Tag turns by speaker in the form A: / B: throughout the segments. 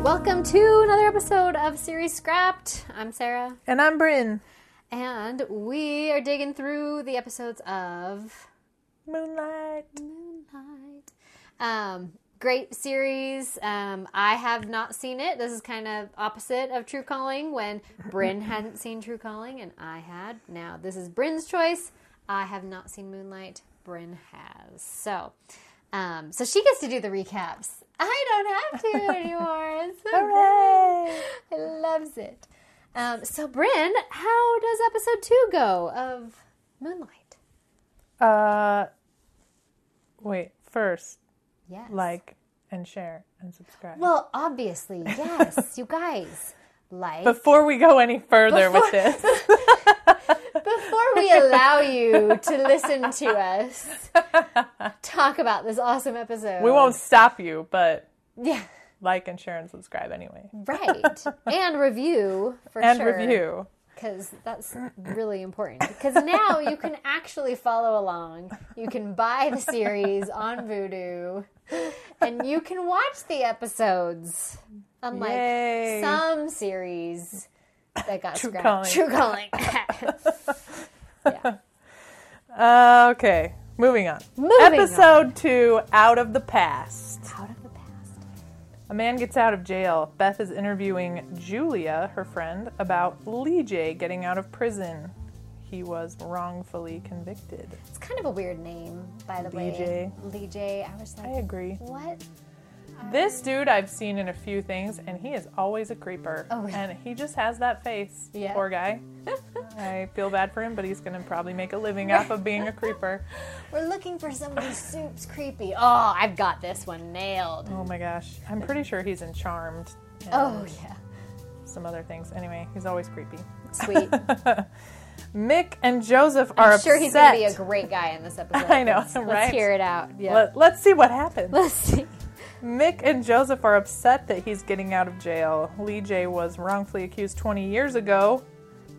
A: Welcome to another episode of Series Scrapped. I'm Sarah,
B: And I'm Bryn.
A: and we are digging through the episodes of
B: Moonlight.
A: Moonlight. Um, great series. Um, I have not seen it. This is kind of opposite of True Calling when Bryn hadn't seen True Calling and I had. Now this is Bryn's choice. I have not seen Moonlight. Bryn has. So, um, so she gets to do the recaps. I don't have to anymore. It's so
B: Hooray!
A: great. I loves it. Um, so Bryn, how does episode two go of Moonlight?
B: Uh, wait. First,
A: Yes.
B: like and share and subscribe.
A: Well, obviously, yes, you guys. Like
B: Before we go any further with this,
A: before we allow you to listen to us talk about this awesome episode.
B: we won't stop you, but
A: Yeah.
B: like and share and subscribe anyway.
A: Right. And review for
B: And
A: sure.
B: review.
A: Because that's really important. Because now you can actually follow along. You can buy the series on Vudu and you can watch the episodes. Unlike
B: Yay.
A: some series that got
B: True Calling.
A: scrapped. True calling. yeah.
B: Uh, okay, moving on.
A: Moving on.
B: Episode two, out of the past.
A: Out of the past.
B: A man gets out of jail. Beth is interviewing Julia, her friend, about Lee J getting out of prison. He was wrongfully convicted.
A: It's kind of a weird name, by the
B: Lee
A: way. Lee J. I was
B: I
A: like,
B: agree.
A: what?
B: This dude I've seen in a few things, and he is always a creeper.
A: Oh, really?
B: And he just has that face.
A: Yeah.
B: Poor guy. I feel bad for him, but he's gonna probably make a living off of being a creeper.
A: We're looking for somebody soup's creepy. Oh, I've got this one nailed.
B: Oh my gosh. I'm pretty sure he's in Charmed and
A: Oh, yeah.
B: some other things. Anyway, he's always creepy.
A: Sweet.
B: Mick and Joseph are
A: I'm
B: upset.
A: sure he's going to be a great guy in this episode.
B: I know,
A: Let's, let's
B: right?
A: hear it out. Yeah.
B: Let, let's see what happens.
A: Let's see.
B: Mick and Joseph are upset that he's getting out of jail. Lee J was wrongfully accused 20 years ago.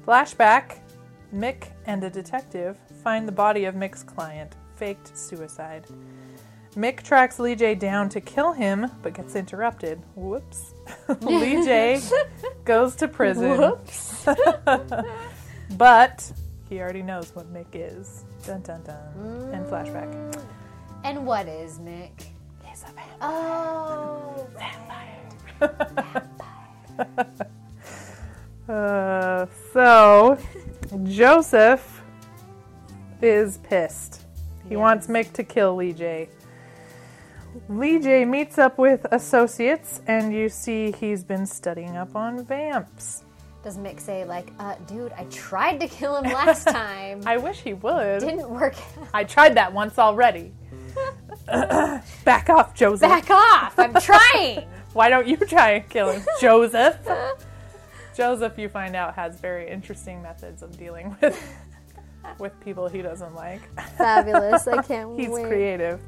B: Flashback Mick and a detective find the body of Mick's client, faked suicide. Mick tracks Lee J down to kill him, but gets interrupted. Whoops. Lee J goes to prison.
A: Whoops.
B: But he already knows what Mick is. Dun dun dun. And flashback.
A: And what is Mick?
B: He's a vampire.
A: Oh,
B: Uh, so Joseph is pissed. He wants Mick to kill Lee J. Lee J meets up with associates, and you see he's been studying up on vamps.
A: does Mick say, like, uh, dude, I tried to kill him last time.
B: I wish he would.
A: Didn't work out.
B: I tried that once already. Back off, Joseph.
A: Back off. I'm trying.
B: Why don't you try and kill him, Joseph? Joseph, you find out, has very interesting methods of dealing with with people he doesn't like.
A: Fabulous. I can't
B: He's
A: wait.
B: creative.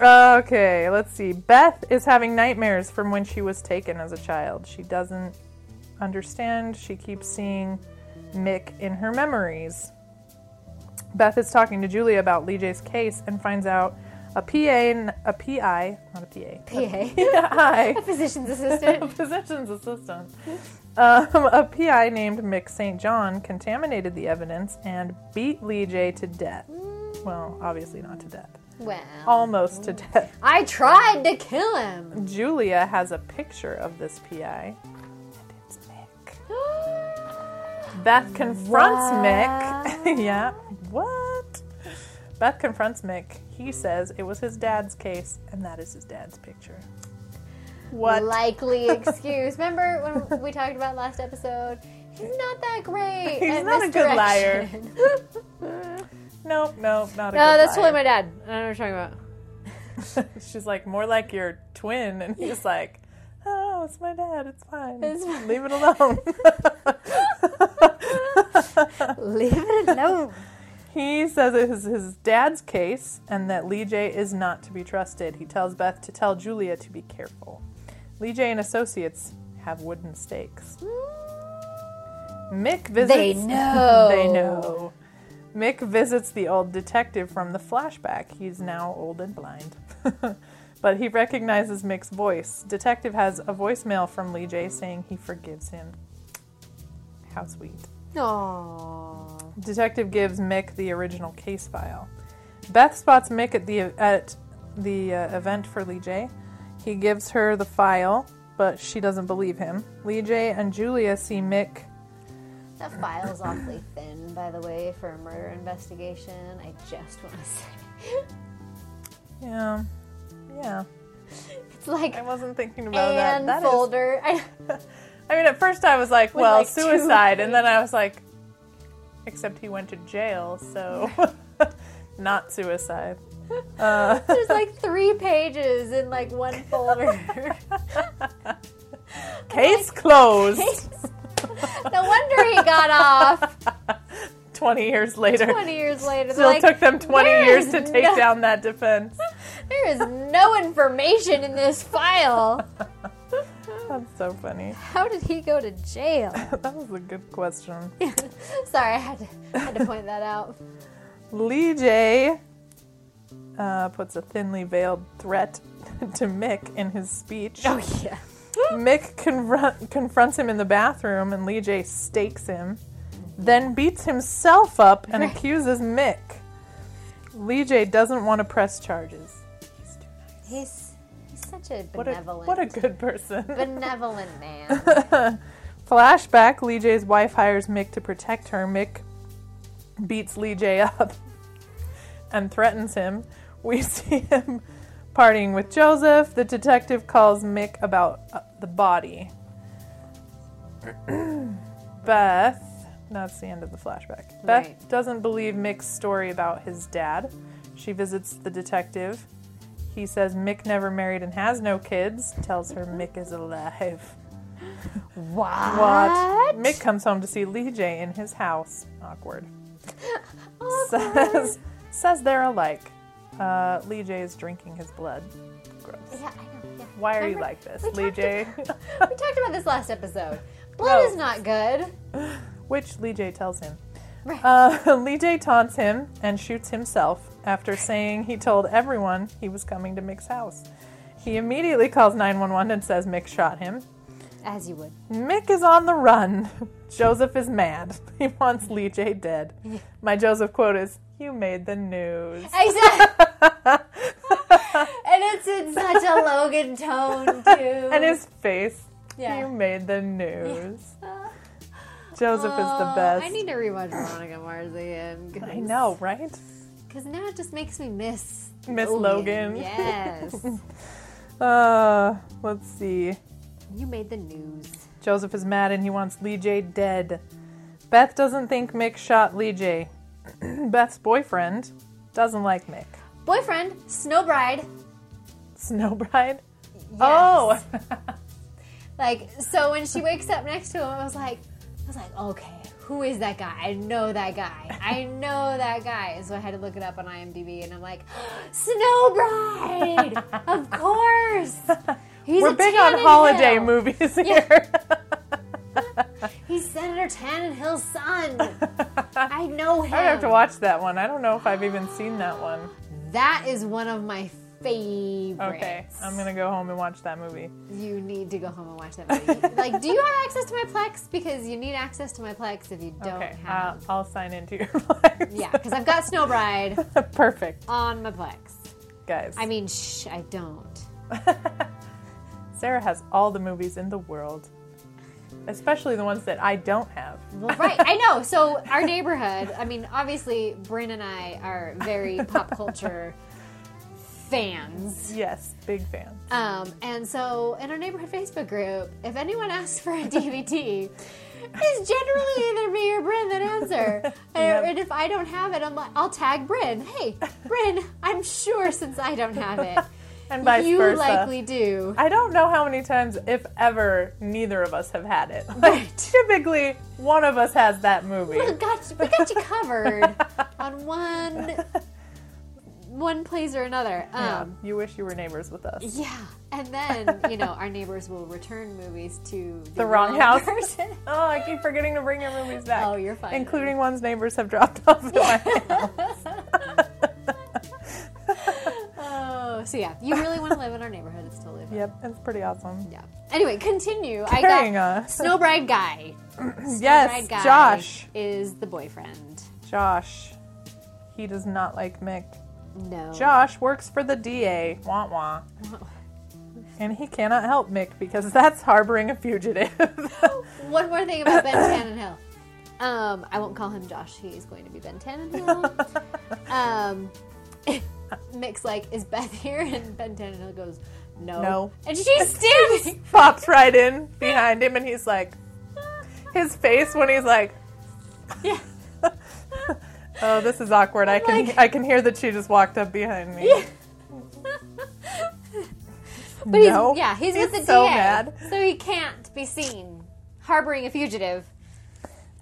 B: Okay, let's see. Beth is having nightmares from when she was taken as a child. She doesn't understand. She keeps seeing Mick in her memories. Beth is talking to Julia about Lee J's case and finds out a PA, n- a PI, not a PA,
A: PA.
B: PI
A: Physician's assistant.
B: physician's assistant. Um, a PI named Mick St. John contaminated the evidence and beat Lee J to death. Well, obviously not to death.
A: Well,
B: Almost to death.
A: I tried to kill him.
B: Julia has a picture of this PI. And it's Mick. Beth confronts Mick. yeah. What? Beth confronts Mick. He says it was his dad's case, and that is his dad's picture. What?
A: Likely excuse. Remember when we talked about last episode? He's not that great.
B: He's
A: at
B: not a good liar.
A: misdirection.
B: Nope, nope, not a
A: no,
B: good
A: that's
B: liar.
A: totally my dad. I don't know what you're talking about.
B: She's like, more like your twin. And he's like, oh, it's my dad. It's fine.
A: It's fine.
B: Leave it alone.
A: Leave it alone.
B: he says it is his dad's case and that Lee J is not to be trusted. He tells Beth to tell Julia to be careful. Lee J and associates have wooden stakes. Mick visits.
A: They know.
B: they know. Mick visits the old detective from the flashback. He's now old and blind. but he recognizes Mick's voice. Detective has a voicemail from Lee J saying he forgives him. How sweet.
A: Oh.
B: Detective gives Mick the original case file. Beth spots Mick at the at the uh, event for Lee J. He gives her the file, but she doesn't believe him. Lee J and Julia see Mick.
A: That file's awfully thin, by the way, for a murder investigation. I just want to say.
B: Yeah, yeah.
A: It's like
B: I wasn't thinking about
A: and
B: that. That is-
A: folder. I-
B: I mean, at first I was like,
A: With,
B: well,
A: like, two
B: suicide, and then I was like, except he went to jail, so not suicide. Uh,
A: There's like three pages in like one folder.
B: case closed.
A: no wonder he got off
B: 20 years later.
A: 20 years later. They're
B: Still
A: like,
B: took them 20
A: "There
B: years
A: is
B: to take
A: no-
B: down that defense.
A: There is no information in this file.
B: That's so funny.
A: How did he go to jail?
B: that was a good question.
A: Sorry, I had to, had to point that out.
B: Lee J uh, puts a thinly veiled threat to Mick in his speech.
A: Oh yeah.
B: Mick confront, confronts him in the bathroom, and Lee J stakes him, then beats himself up and
A: Right.
B: accuses Mick. Lee J doesn't want to press charges. He's too nice.
A: He's he's such a
B: What a,
A: benevolent
B: what a good person.
A: benevolent man.
B: Flashback Lee J's wife hires Mick to protect her. Mick beats Lee J up and threatens him. We see him partying with Joseph. The detective calls Mick about uh, the body. Beth, that's the end of the flashback. Beth
A: Right.
B: doesn't believe Mick's story about his dad. She visits the detective. He says Mick never married and has no kids, tells her Mick is alive.
A: What?
B: What? Mick comes home to see Lee J in his house. Awkward. Says says they're alike. Uh, Lee J is drinking his blood. Gross.
A: Yeah, I know. Yeah.
B: Why are you
A: Remember-
B: like this,
A: we
B: Lee
A: talked
B: J?
A: about- we talked about this last episode. Blood
B: No.
A: is not good.
B: Which Lee J tells him.
A: Right.
B: Uh, Lee J taunts him and shoots himself after saying he told everyone he was coming to Mick's house. He immediately calls 911 and says Mick shot him.
A: As you would.
B: Mick is on the run. Joseph is mad. He wants Lee J dead. My Joseph quote is, You made the news.
A: Exactly. and it's in such a Logan tone too.
B: And his face, You
A: yeah.
B: made the news. Joseph is the
A: Oh,
B: best.
A: I need to rewatch Veronica Mars again.
B: I know, right?
A: Because now it just makes me miss
B: Miss Logan.
A: Yes.
B: Uh, let's see.
A: you made the news.
B: Joseph is mad and he wants Lee J dead. Beth doesn't think Mick shot Lee J. Beth's boyfriend doesn't like Mick.
A: Boyfriend, Snowbride.
B: Snowbride?
A: Yes.
B: Oh!
A: Like, so when she wakes up next to him, I was like, I was like, okay, who is that guy? I know that guy. I know that guy. So I had to look it up on IMDb and I'm like, Snowbride! of course!
B: Oh!
A: He's
B: We're
A: a
B: big on
A: Tannenhill.
B: holiday movies here.
A: He's Senator Tannenhill's son. I know him.
B: I have to watch that one. I don't know if I've even seen that one.
A: That is one of my favorites.
B: Okay, I'm gonna go home and watch that movie.
A: You need to go home and watch that movie. like, do you have access to my Plex? Because you need access to my Plex if you don't
B: Okay, uh,
A: have.
B: I'll, I'll sign into your life.
A: yeah, because I've got Snowbride
B: perfect,
A: on my Plex.
B: guys.
A: I mean, shh, I don't.
B: Sarah has all the movies in the world, especially the ones that I don't have.
A: Well, right, I know. So our neighborhood. I mean, obviously, Bryn and I are very pop culture fans.
B: Yes, big fan.
A: Um, and so in our neighborhood Facebook group, if anyone asks for a DVD, it's generally either me or Bryn that answer. And, and if I don't have it, I'm like, I'll tag Bryn. Hey, Bryn, I'm sure since I don't have it,
B: And vice
A: you
B: versa.
A: likely do.
B: I don't know how many times, if ever, neither of us have had it.
A: Right.
B: Typically, one of us has that movie.
A: We got you, we got you covered on one one place or another.
B: Yeah,
A: Um,
B: you wish you were neighbors with us.
A: yeah. And then, you know, our neighbors will return movies to the,
B: wrong house.
A: person.
B: Oh, I keep forgetting to bring your movies back.
A: Oh, you're fine.
B: Including ones neighbors have dropped off at my house.
A: Oh, So, so yeah, if you really want to live in our neighborhood, it's totally fine.
B: Yep, it's pretty awesome.
A: Yeah. Anyway, continue.
B: Carrying
A: I got
B: us.
A: Snowbride guy.
B: yes,
A: Snowbride guy
B: Josh.
A: is the boyfriend.
B: Josh. He does not like Mick.
A: No.
B: Josh works for the DA. Wah wah. And he cannot help Mick because that's harboring a fugitive.
A: One more thing about Ben Tannenhill. Um, I won't call him Josh. He is going to be Ben Tannenhill. um, Mick's like, is Beth here? And Ben Tannenhill goes, no.
B: No.
A: And she's standing.
B: Pops right in behind him and he's like, his face when he's like,
A: yeah.
B: oh, this is awkward. I can
A: Like-
B: I can hear that she just walked up behind me.
A: But he's,
B: No.
A: yeah, he's, with
B: He's
A: the
B: so
A: DA.
B: mad.
A: So he can't be seen harboring a fugitive.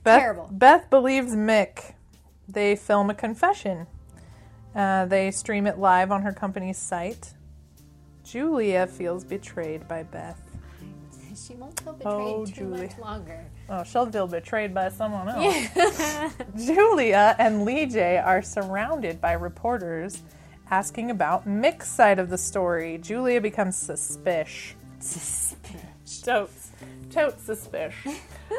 B: Beth,
A: Terrible.
B: Beth believes Mick. They film a confession. Uh, they stream it live on her company's site. Julia feels betrayed by Beth.
A: She won't feel betrayed
B: Oh,
A: too
B: Julie.
A: much longer.
B: Oh, she'll feel betrayed by someone else. Julia and Lee J are surrounded by reporters asking about Mick's side of the story. Julia becomes suspicious. Totes. Totes suspicious.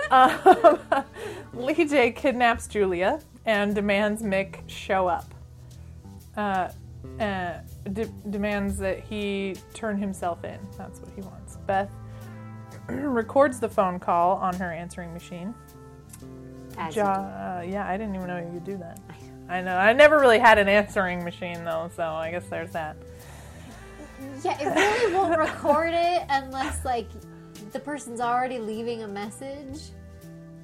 B: um, Lee J kidnaps Julia and demands Mick show up. Uh, uh, de- demands that he turn himself in. That's what he wants. Beth records the phone call on her answering machine.
A: As you
B: Jo- uh, yeah, I didn't even know you could do that. I know. I never really had an answering machine though, so I guess there's that.
A: Yeah, it really won't record it unless like the person's already leaving a message.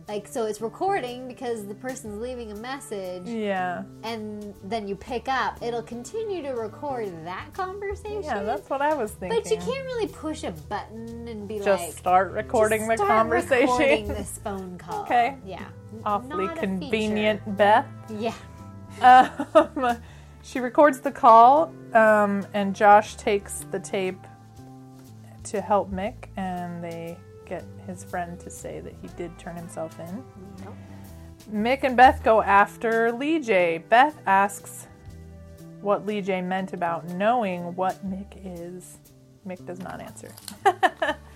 A: Like so it's recording because the person's leaving a message
B: Yeah.
A: and then you pick up. It'll continue to record that conversation.
B: Yeah, that's what I was thinking.
A: but you can't really push a button and be
B: just
A: like
B: start recording
A: "Just
B: the
A: start
B: conversation.
A: recording this phone call.
B: Okay.
A: Yeah.
B: Awfully
A: Not a
B: convenient, Beth.
A: feature. Yeah.
B: Um, she records the call, um, and Josh takes the tape to help Mick, and they get his friend to say that he did turn himself in.
A: Nope.
B: Mick and Beth go after Lee J. Beth asks what Lee J meant about knowing what Mick is. Mick does not answer.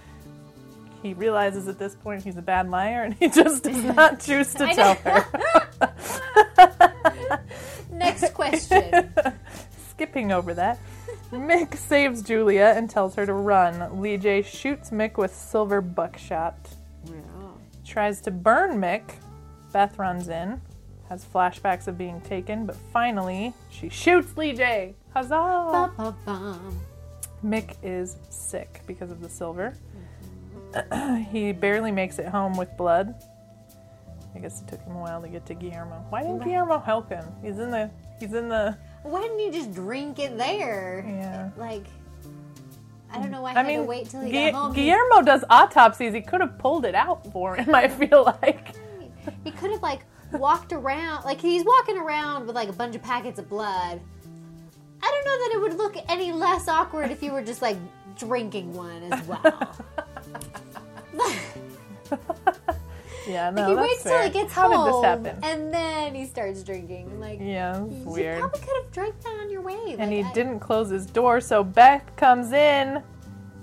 B: he realizes at this point he's a bad liar and he just does not choose to
A: I
B: tell
A: know.
B: her.
A: Next question.
B: Skipping over that. Mick saves Julia and tells her to run. Lee J shoots Mick with silver buckshot. tries to burn Mick. Beth runs in, has flashbacks of being taken, but finally she shoots Lee J. Huzzah!
A: Bum, bum, bum.
B: Mick is sick because of the silver. he barely makes it home with blood. I guess it took him a while to get to Guillermo. Why didn't Guillermo help him? He's in the he's in the
A: Why didn't you just drink it there?
B: Yeah.
A: Like, I don't know why I,
B: I
A: had to
B: mean
A: wait till he
B: Gui-
A: got home. He-
B: Guillermo does autopsies. He could have pulled it out for him, I feel like.
A: He could have like walked around, like he's walking around with like a bunch of packets of blood. I don't know that it would look any less awkward if you were just like drinking one as well.
B: Yeah, no,
A: he
B: Oh, that's
A: waits
B: fair.
A: till he gets
B: How
A: home,
B: did this happen?
A: and then he starts drinking. Like,
B: yeah, it's
A: you
B: weird.
A: probably could have drank that on your way.
B: and
A: like,
B: he
A: I-
B: didn't close his door so beth comes in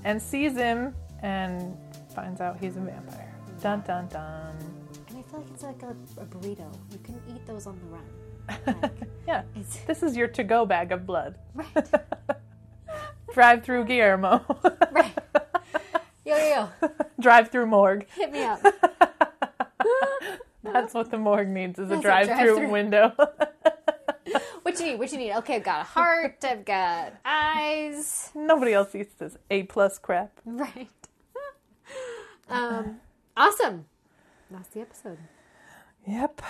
B: and sees him and finds out he's a vampire dun dun dun
A: And I feel like it's like a, a burrito. You couldn't eat those on the run. Like,
B: yeah
A: it's
B: this is your to-go bag of blood
A: right.
B: drive through guillermo
A: Right. Yo, yo, yo,
B: drive through morgue
A: hit me up.
B: that's what the morgue needs is a
A: That's a
B: drive through
A: drive-through.
B: window
A: What you need? What you need? Okay, I've got a heart. I've got eyes.
B: nobody else eats this a plus crap
A: Right. Um, awesome. That's the episode.
B: yep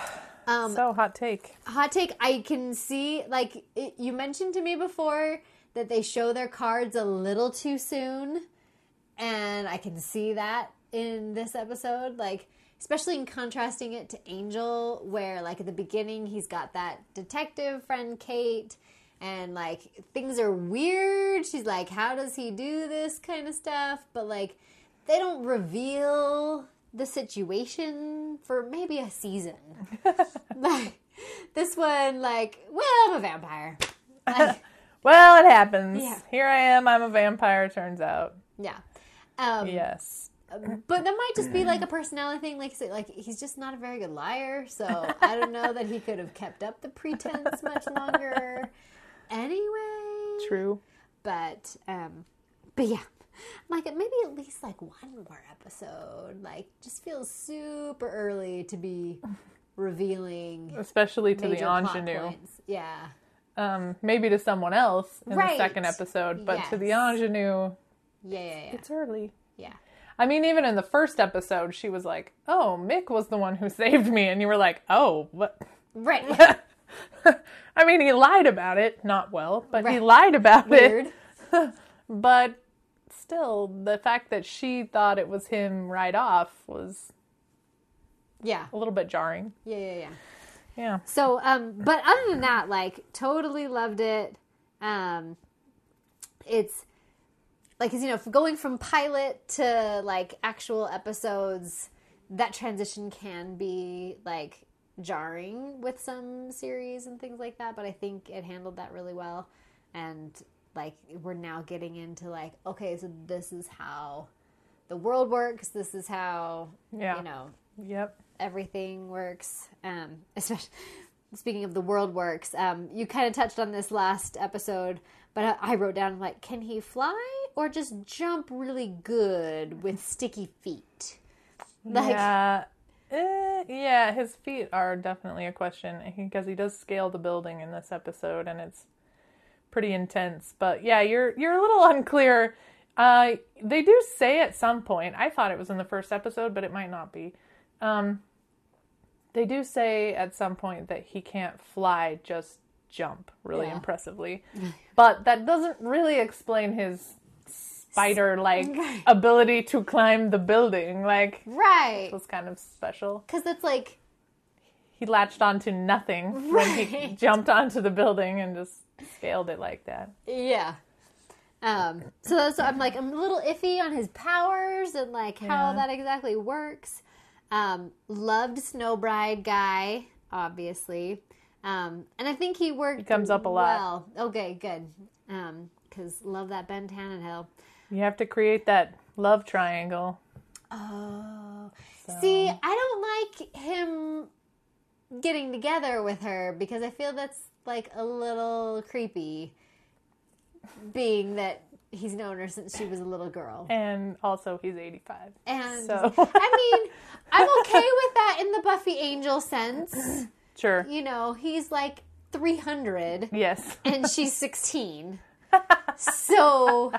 A: Um,
B: so hot take
A: hot take. I can see, like it, you mentioned to me before, that they show their cards a little too soon, and I can see that in this episode. Like. Especially in contrasting it to Angel, where like at the beginning he's got that detective friend Kate, and like things are weird. She's like, how does he do this kind of stuff? But like, they don't reveal the situation for maybe a season. like, this one, like, well, I'm a vampire. Like,
B: Well, it happens.
A: Yeah.
B: Here I am. I'm a vampire. Turns out.
A: Yeah. Um,
B: Yes.
A: But that might just be like a personality thing. Like, say, like he's just not a very good liar. So I don't know that he could have kept up the pretense much longer. Anyway.
B: True.
A: But um, but yeah, like maybe at least like one more episode. Like, just feels super early to be revealing
B: Especially to
A: major
B: the
A: plot
B: ingenue.
A: points. Yeah.
B: Um, maybe to someone else in
A: Right.
B: the second episode, but to the
A: Yes.
B: ingenue,
A: Yeah, yeah, yeah.
B: it's early.
A: yeah.
B: I mean, even in the first episode, she was like, "Oh, Mick was the one who saved me," and you were like, "Oh, what?"
A: Right.
B: I mean, he lied about it, not well, but he
A: Right.
B: lied about it.
A: Weird.
B: But still, the fact that she thought it was him right off was
A: Yeah.
B: a little bit jarring.
A: Yeah, yeah, yeah.
B: Yeah.
A: So, um, but other than that, like, totally loved it. Um, it's like, 'cause, you know, going from pilot to like actual episodes, that transition can be like jarring with some series and things like that. But I think it handled that really well. And like, we're now getting into like, okay, so this is how the world works. This is how,
B: Yeah.
A: you know,
B: Yep.
A: everything works. Um, especially speaking of the world works, um, you kind of touched on this last episode, but I, I wrote down like, can he fly or just jump really good with sticky feet? Like,
B: yeah. Eh, yeah, his feet are definitely a question because he does scale the building in this episode, and it's pretty intense. But yeah, you're you're a little unclear. Uh, they do say at some point. I thought it was in the first episode, but it might not be. Um, they do say at some point that he can't fly, just jump really
A: Yeah.
B: impressively. but that doesn't really explain his spider-like
A: Right.
B: ability to climb the building. Like
A: right?
B: was kind of special.
A: Because that's like,
B: He latched onto nothing when he
A: Right.
B: jumped onto the building and just scaled it like that.
A: yeah. Um, so that's I'm like I'm a little iffy on his powers and like how
B: Yeah.
A: that exactly works. Um, loved Snowbride guy, obviously, um, and I think he worked. He
B: comes up a lot.
A: Well, okay, good. Um, because love that Ben Tannenhill.
B: You have to create that love triangle.
A: Oh, see, I don't like him getting together with her because I feel that's like a little creepy. Being that he's known her since she was a little girl.
B: And also, he's 85.
A: And
B: So-
A: I mean, I'm okay with that in the Buffy Angel sense.
B: Sure.
A: You know, he's like 300
B: Yes.
A: and she's 16. So,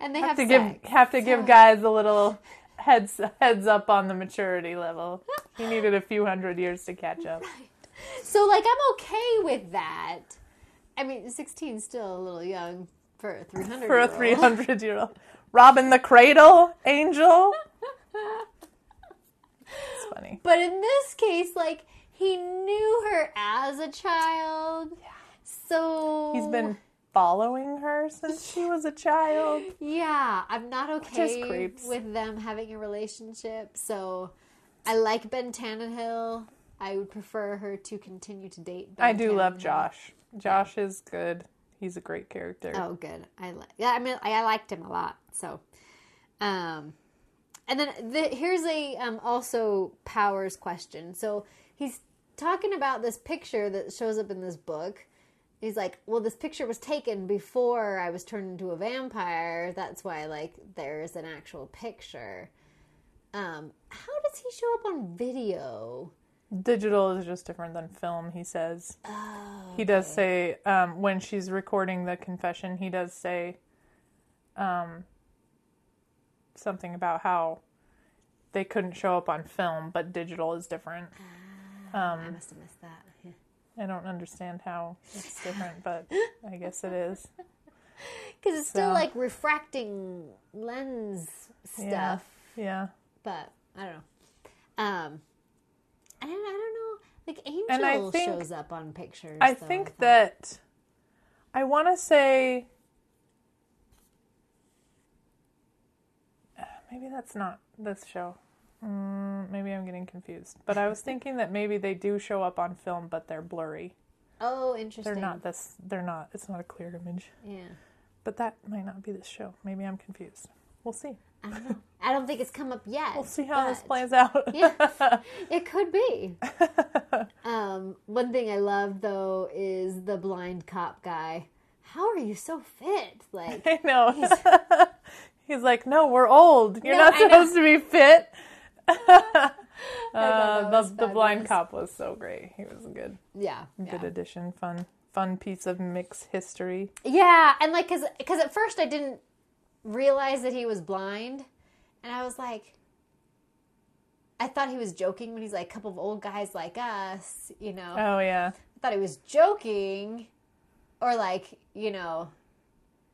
A: and they have,
B: To
A: sex.
B: give have to give guys a little heads heads up on the maturity level. He needed a few hundred years to catch up.
A: So, like, I'm okay with that. I mean, 16 is still a little young for a 300
B: For a
A: year old.
B: 300 year old. Robin the Cradle, Angel. It's funny.
A: But in this case, like, he knew her as a child. So
B: He's been following her since she was a child.
A: Yeah, I'm not
B: is
A: okay
B: creeps.
A: with them having a relationship. So I like Ben Tannenhill. I would prefer her to continue to date. Ben
B: I do love
A: Tannenhill.
B: Josh. Josh is good. He's a great character.
A: Oh, good. I like. Yeah, I mean, I, I liked him a lot. So, um, and then the, here's a um also powers question. So he's talking about this picture that shows up in this book. He's like, well, this picture was taken before I was turned into a vampire. That's why, like, there's an actual picture. Um, how does he show up on video?
B: Digital is just different than film, he says. he does say, um, when she's recording the confession, he does say um, something about how they couldn't show up on film, but digital is different. Um,
A: I must have missed that. Yeah.
B: I don't understand how it's different, but I guess it is.
A: Because it's still
B: So-
A: like refracting lens stuff,
B: Yeah. Yeah.
A: but I don't know. Um, I don't, I don't know. Like Angel
B: And I think-
A: shows up on pictures.
B: I
A: though,
B: think
A: thought.
B: that I want to say Uh, maybe that's not this show. Mm, maybe I'm getting confused. But I was thinking that maybe they do show up on film, but they're blurry.
A: Oh, interesting.
B: They're not this. They're not. It's not a clear image.
A: Yeah.
B: But that might not be this show. Maybe I'm confused. We'll see.
A: I don't know. I don't think it's come up yet.
B: We'll see how this
A: but-
B: plays out.
A: Yeah. It could be. um, one thing I love though is the blind cop guy. How are you so fit? Like,
B: I know. He's, like, no, we're old. You're
A: No,
B: not
A: I know."
B: supposed to be fit.
A: that
B: Uh,
A: was
B: the, the blind
A: fabulous.
B: cop was so great. He was a good,
A: yeah, yeah,
B: good addition. Fun, fun piece of mix history.
A: yeah. And like, cause, 'cause at first I didn't realize that he was blind, and I was like, I thought he was joking when he's like, a couple of old guys like us, you know.
B: Oh yeah,
A: I thought he was joking, or like, you know,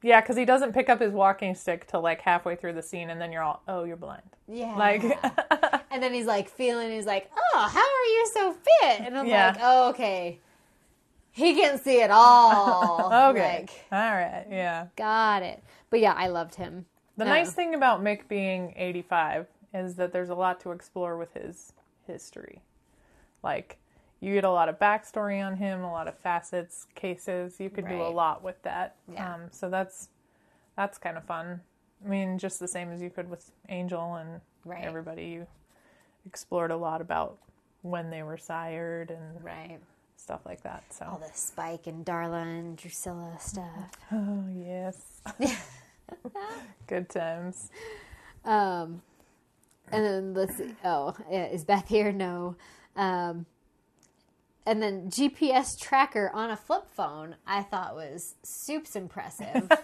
B: yeah. Because he doesn't pick up his walking stick till like halfway through the scene, and then you're all, oh, you're blind.
A: yeah,
B: Like,
A: And then he's like feeling, he's like, oh, how are you so fit? And I'm
B: Yeah.
A: like, oh, okay. He can see it all.
B: okay,
A: Like,
B: all right, yeah.
A: got it. But yeah, I loved him.
B: The
A: No.
B: nice thing about Mick being 85 is that there's a lot to explore with his history. Like, you get a lot of backstory on him, a lot of facets, cases. You could do a
A: Right.
B: lot with that.
A: Yeah.
B: Um, so that's that's kind of fun. I mean, just the same as you could with Angel and
A: Right.
B: everybody. You explored a lot about when they were sired and
A: Right.
B: stuff like that. So,
A: All the Spike and Darla and Drusilla stuff.
B: oh yes, good times.
A: Um, and then let's see. Oh, yeah, is Beth here? No. Um, and then GPS tracker on a flip phone, I thought was soups impressive.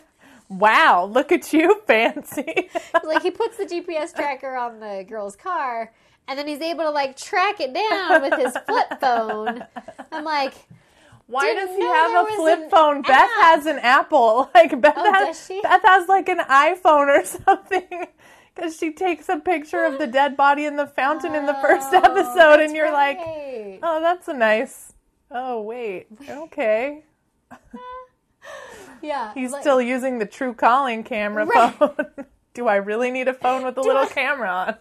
B: Wow, look at you, fancy.
A: like he puts the GPS tracker on the girl's car, and then he's able to like track it down with his flip phone. I'm like,
B: Why
A: Didn't
B: does he
A: know
B: have
A: there
B: a
A: was
B: flip
A: an
B: phone? Beth
A: app.
B: has an Apple. Like Beth
A: Oh,
B: has,
A: does she?
B: Beth has like an iPhone or something. Because she takes a picture of the dead body in the fountain in the first
A: "Oh,
B: episode,
A: that's
B: and you're like,
A: right."
B: "Oh, that's a nice." Oh wait, okay.
A: yeah,
B: He's
A: like,
B: still using the True Calling camera
A: Right.
B: phone. Do I really need a phone with a
A: Do
B: little
A: I-
B: camera on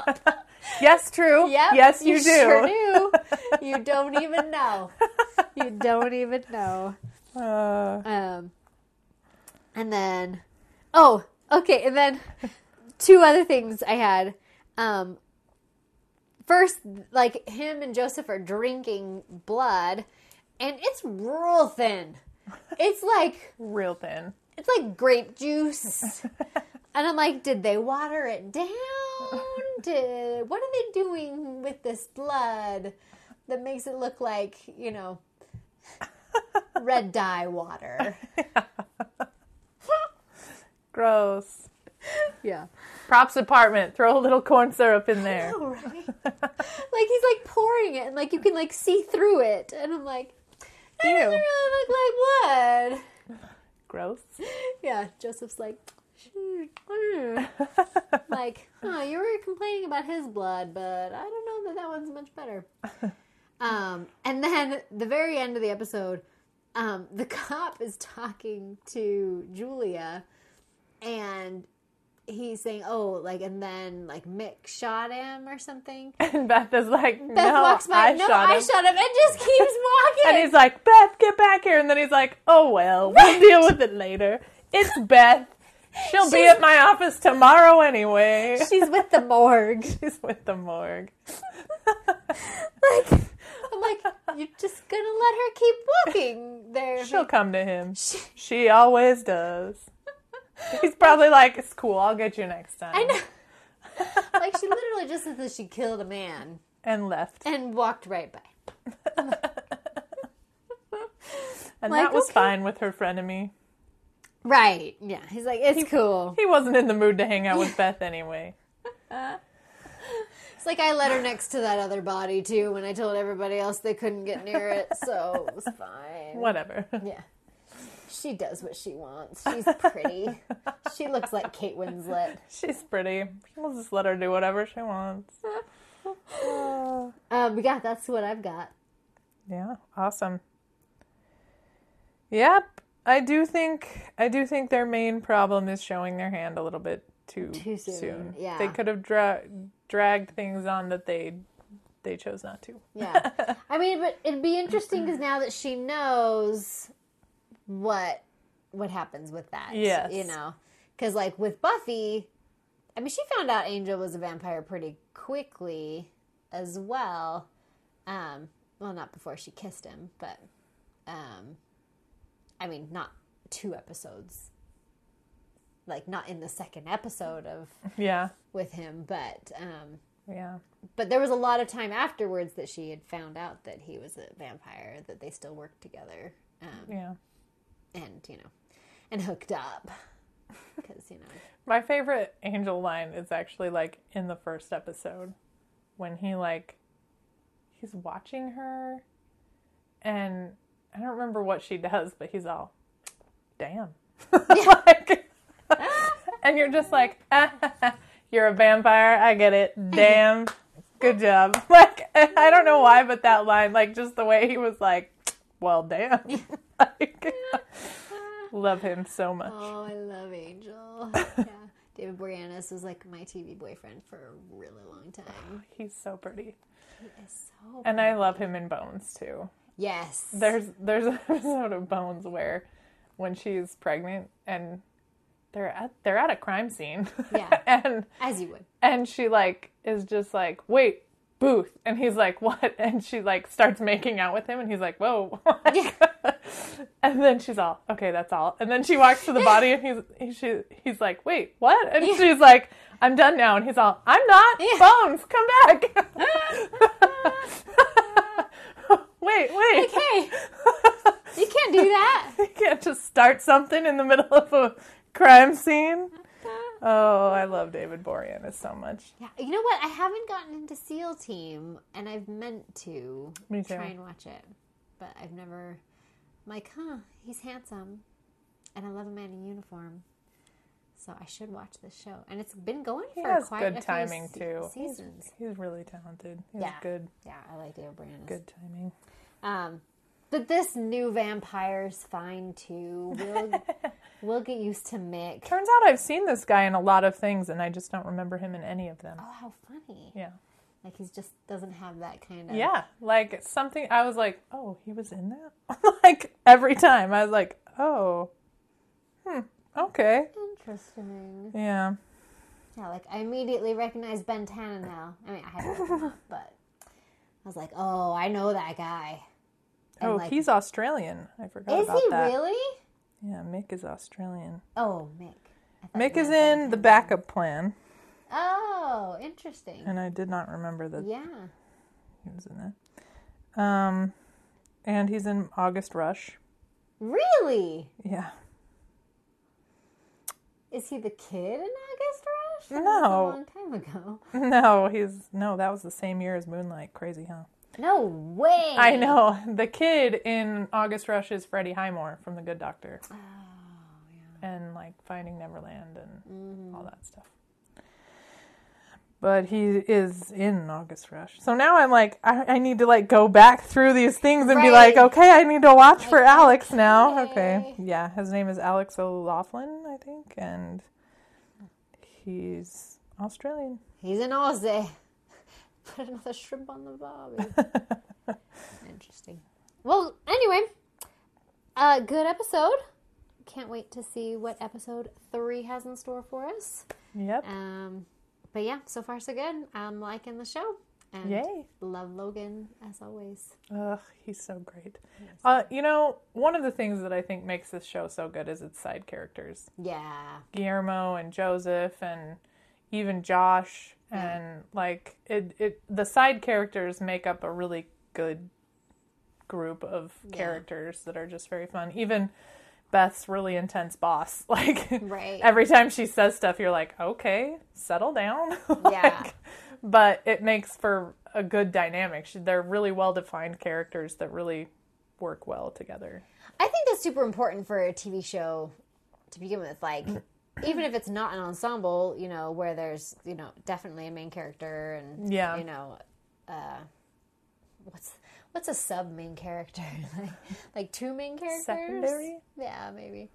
B: it? yes, True.
A: Yep,
B: yes, you, do.
A: Sure do. you don't even know. You don't even know.
B: Uh,
A: Um, and then, oh, okay, and then two other things I had. Um, first, like him and Joseph are drinking blood, and it's real thin. It's like
B: real thin.
A: it's like grape juice, and I'm like, did they water it down? Did, what are they doing with this blood that makes it look like you know red dye water?
B: Gross.
A: Yeah.
B: Props department, throw a little corn syrup in there.
A: know, right? like he's like pouring it, and like you can like see through it, and I'm like, that doesn't
B: Ew.
A: really look like blood.
B: Gross.
A: Yeah, Joseph's like, "Mm, mm." like, huh, you were complaining about his blood, but I don't know that that one's much better. Um, and then the very end of the episode, um, the cop is talking to Julia, and he's saying, "Oh, like," and then like Mick shot him or something.
B: And Beth is like, no,
A: Beth walks by.
B: I
A: no,
B: shot
A: I
B: him.
A: shot him, and just keeps walking.
B: and he's like, Beth, get back here. And then he's like, oh, well, we'll deal with it later. It's Beth. She'll be
A: She's-
B: at my office tomorrow anyway.
A: She's with the morgue.
B: She's with the morgue.
A: Like, I'm like, you're just gonna let her keep walking there.
B: She'll come to him.
A: She-
B: She always does. He's probably like, it's cool, I'll get you next time.
A: I know. like, she literally just said that she killed a man
B: And left.
A: and walked right by.
B: And
A: Like,
B: that was
A: okay.
B: fine with her frenemy.
A: Right. Yeah. He's like, it's cool.
B: He wasn't in the mood to hang out with Beth anyway.
A: It's like I let her next to that other body too when I told everybody else they couldn't get near it, so it was fine.
B: Whatever.
A: Yeah. She does what she wants. She's pretty. she looks like Kate Winslet.
B: She's pretty. We'll just let her do whatever she wants. Uh,
A: Um, yeah, that's what I've got.
B: yeah, awesome. Yep, I do think I do think their main problem is showing their hand a little bit too,
A: Too soon, yeah.
B: they could have dra- dragged things on that they they chose not to.
A: Yeah. I mean, but it'd be interesting because now that she knows what what happens with that,
B: Yes.
A: you know, because like with Buffy, I mean, she found out Angel was a vampire pretty quickly as well. Um, well, not before she kissed him, but um, I mean, not two episodes, like not in the second episode of
B: Yeah.
A: with him, but um,
B: Yeah.
A: but there was a lot of time afterwards that she had found out that he was a vampire that they still worked together um,
B: Yeah.
A: and you know and hooked up because you know
B: My favorite angel line is actually like in the first episode when he like he's watching her and I don't remember what she does, but he's all damn. like, and you're just like you're a vampire, I get it. Damn. Good job. Like I don't know why, but that line, like just the way he was like, Well damn. like love him so much.
A: oh i love angel yeah david boreanaz was like my tv boyfriend for a really long time
B: He's so pretty.
A: he is so
B: And I love him in Bones too.
A: yes
B: There's there's an episode of Bones where when she's pregnant and they're at they're at a crime scene.
A: Yeah.
B: and
A: as you would
B: and she like is just like, "Wait, Booth." And he's like, "What?" And she like starts making out with him and he's like, "Whoa."
A: Yeah.
B: and then she's all, "Okay, that's all." And then she walks to the body and he's he, she, he's like, "Wait, what?" And she's like, "I'm done now." And he's all, "I'm not.
A: Yeah.
B: Bones, come back." wait, wait.
A: like hey you can't do that
B: You can't just start something in the middle of a crime scene. Oh, I love David Boreanaz so much.
A: yeah you know what i haven't gotten into seal team and i've meant to
B: Me too.
A: try and watch it. But I've never I'm like, huh, he's handsome and I love a man in uniform. So I should watch this show. And it's been going
B: He
A: for
B: has
A: quite a
B: good
A: few
B: timing
A: se-
B: too. He's,
A: Seasons.
B: he's really talented. He has
A: Yeah.
B: good
A: Yeah, I like Dale Brandis.
B: good timing.
A: Um but this new vampire's fine too. We'll we'll get used to Mick.
B: Turns out I've seen this guy in a lot of things and I just don't remember him in any of them.
A: Oh how funny.
B: Yeah.
A: Like he's just doesn't have that kind of
B: Yeah. Like something I was like, Oh, he was in that? like every time. I was like, Oh. Hmm. Okay.
A: interesting.
B: Yeah.
A: Yeah, like I immediately recognized Ben Tannenbaum. I mean, I had to look him up, but I was like, oh, I know that guy. And
B: Oh,
A: like,
B: he's Australian. I forgot
A: is
B: about
A: he
B: that.
A: really?
B: Yeah, Mick is Australian.
A: Oh, Mick. I thought
B: Mick
A: you
B: is
A: meant
B: in
A: Ben
B: the backup plan,
A: Tannenbaum. Oh, interesting.
B: and I did not remember that
A: Yeah.
B: he was in that. Um, and he's in August Rush.
A: Really?
B: Yeah.
A: Is he the kid in August Rush? That was
B: No.
A: a long time ago.
B: No, he's no. That was the same year as Moonlight. Crazy, huh?
A: No way.
B: I know. The kid in August Rush is Freddie Highmore from The Good Doctor,
A: Oh,
B: and like Finding Neverland and
A: Mm-hmm.
B: all that stuff. But he is in August Rush, so now I'm like, I, I need to like go back through these things and be
A: Right.
B: like, okay, I need to watch for
A: Like,
B: Alex now. Okay,
A: okay.
B: yeah, his name is Alex O'Laughlin, I think, and he's Australian.
A: He's an Aussie. Put another shrimp on the barbie. Interesting. Well, anyway, uh, good episode. Can't wait to see what episode three has in store for us.
B: Yep.
A: Um, but yeah, so far so good. I'm liking the show. And
B: Yay.
A: Love Logan as always.
B: Ugh, he's so great. Uh, you know, one of the things that I think makes this show so good is its side characters.
A: Yeah,
B: Guillermo and Joseph and even Josh and like it, it the side characters make up a really good group of characters that are just very fun. Even Beth's really intense boss. Like
A: Right.
B: every time she says stuff you're like, "Okay, settle down."
A: Yeah.
B: Like, but it makes for a good dynamic. She- They're really well-defined characters that really work well together.
A: I think that's super important for a TV show to begin with. Like, even if it's not an ensemble, you know, where there's you know definitely a main character and
B: Yeah.
A: you know, uh, what's what's a sub main character like, like two main characters?
B: Secondary?
A: Yeah, maybe.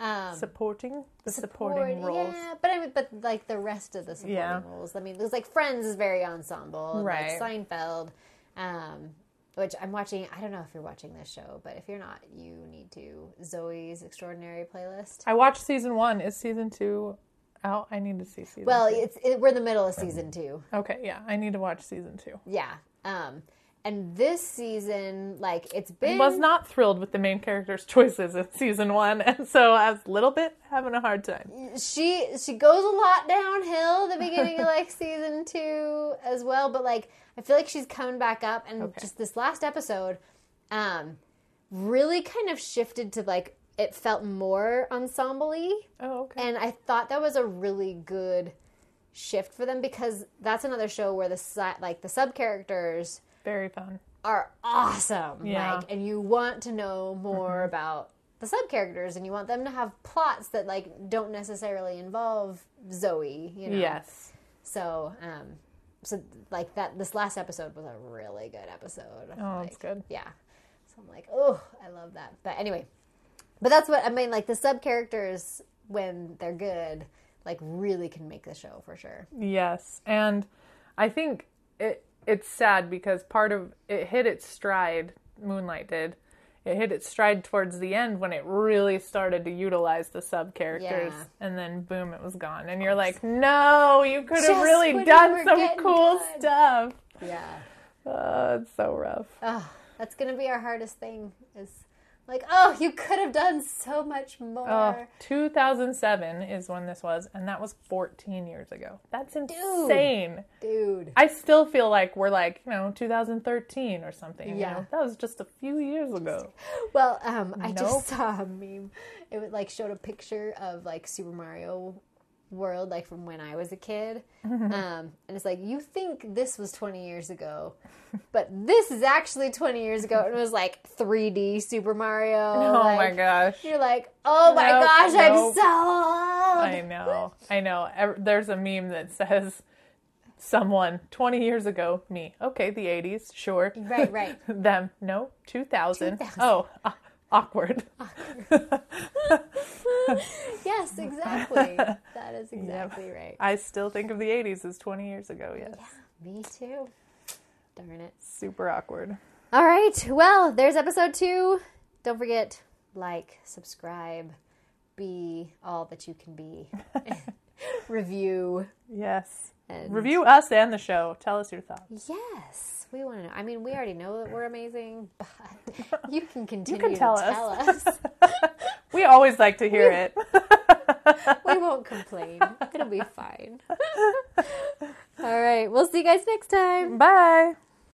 A: Um,
B: Supporting the supporting
A: support-
B: roles.
A: Yeah, but I mean, but like the rest of the supporting
B: Yeah.
A: roles. I mean, there's like Friends is very ensemble, and,
B: Right.
A: Like Seinfeld, um, which I'm watching. I don't know if you're watching this show, but if you're not, you need to. Zoe's Extraordinary Playlist.
B: I watched season one. Is season two out? I need to see season.
A: Well,
B: two.
A: it's it, we're in the middle of season two.
B: okay, yeah, I need to watch season two.
A: Yeah. Um, and this season, like it's been
B: Was not thrilled with the main character's choices in season one, and so I was a little bit having a hard time.
A: she she goes a lot downhill the beginning of like season two as well but like i feel like she's coming back up and
B: Okay.
A: just this last episode um really kind of shifted to like it felt more ensemble
B: Oh, okay.
A: and i thought that was a really good shift for them because that's another show where the si- like the sub characters
B: Very fun.
A: are awesome.
B: Yeah. Mm-hmm.
A: Like, and you want to know more about the sub characters and you want them to have plots that like don't necessarily involve Zoe, you know.
B: Yes.
A: So, um so like that this last episode was a really good episode.
B: Oh,
A: like,
B: that's good.
A: Yeah. So I'm like, "Oh, I love that." But anyway, but that's what I mean like the sub characters when they're good like really can make the show for sure.
B: Yes, and I think it it's sad because part of it hit its stride. Moonlight did. It hit its stride towards the end when it really started to utilize the sub characters,
A: Yeah.
B: and then boom, it was gone. And you're like, no, you could have
A: Just
B: really
A: when you
B: done
A: were
B: some
A: getting
B: cool
A: good."
B: stuff.
A: Yeah.
B: Oh, it's so rough.
A: Oh, that's gonna be our hardest thing. Is like, oh, you could have done so much more.
B: Oh, 2007 is when this was, and that was 14 years ago. That's insane.
A: Dude.
B: I still feel like we're like, you know, 2013 or something. you
A: Yeah.
B: know? That was just a few years ago.
A: Well, um, I
B: Nope.
A: just saw a meme. It would like showed a picture of like Super Mario World, like from when I was a kid. um, and it's like you think this was twenty years ago, but this is actually twenty years ago, and it was like three D Super Mario.
B: Oh my
A: like,
B: gosh.
A: You're like, oh my
B: Nope,
A: gosh,
B: nope.
A: I'm so old.
B: I know. I know. Ev- There's a meme that says, someone 20 years ago, me. Okay, the 80s, sure.
A: Right, right.
B: Them, no, 2000.
A: 2000.
B: Oh, a- awkward.
A: yes, exactly. That is exactly right.
B: I still think of the 80s as 20 years ago, yes.
A: Me too. Darn it.
B: Super awkward.
A: All right. Well, there's episode two. Don't forget, like, subscribe, be all that you can be. Review.
B: Yes.
A: And
B: Review us and the show. Tell us your thoughts.
A: Yes, we want to know. I mean, we already know that we're amazing, but you can continue
B: tell
A: to
B: us.
A: tell us.
B: We always like to hear it.
A: we won't complain. It'll be fine. all right. We'll see you guys next time.
B: Bye.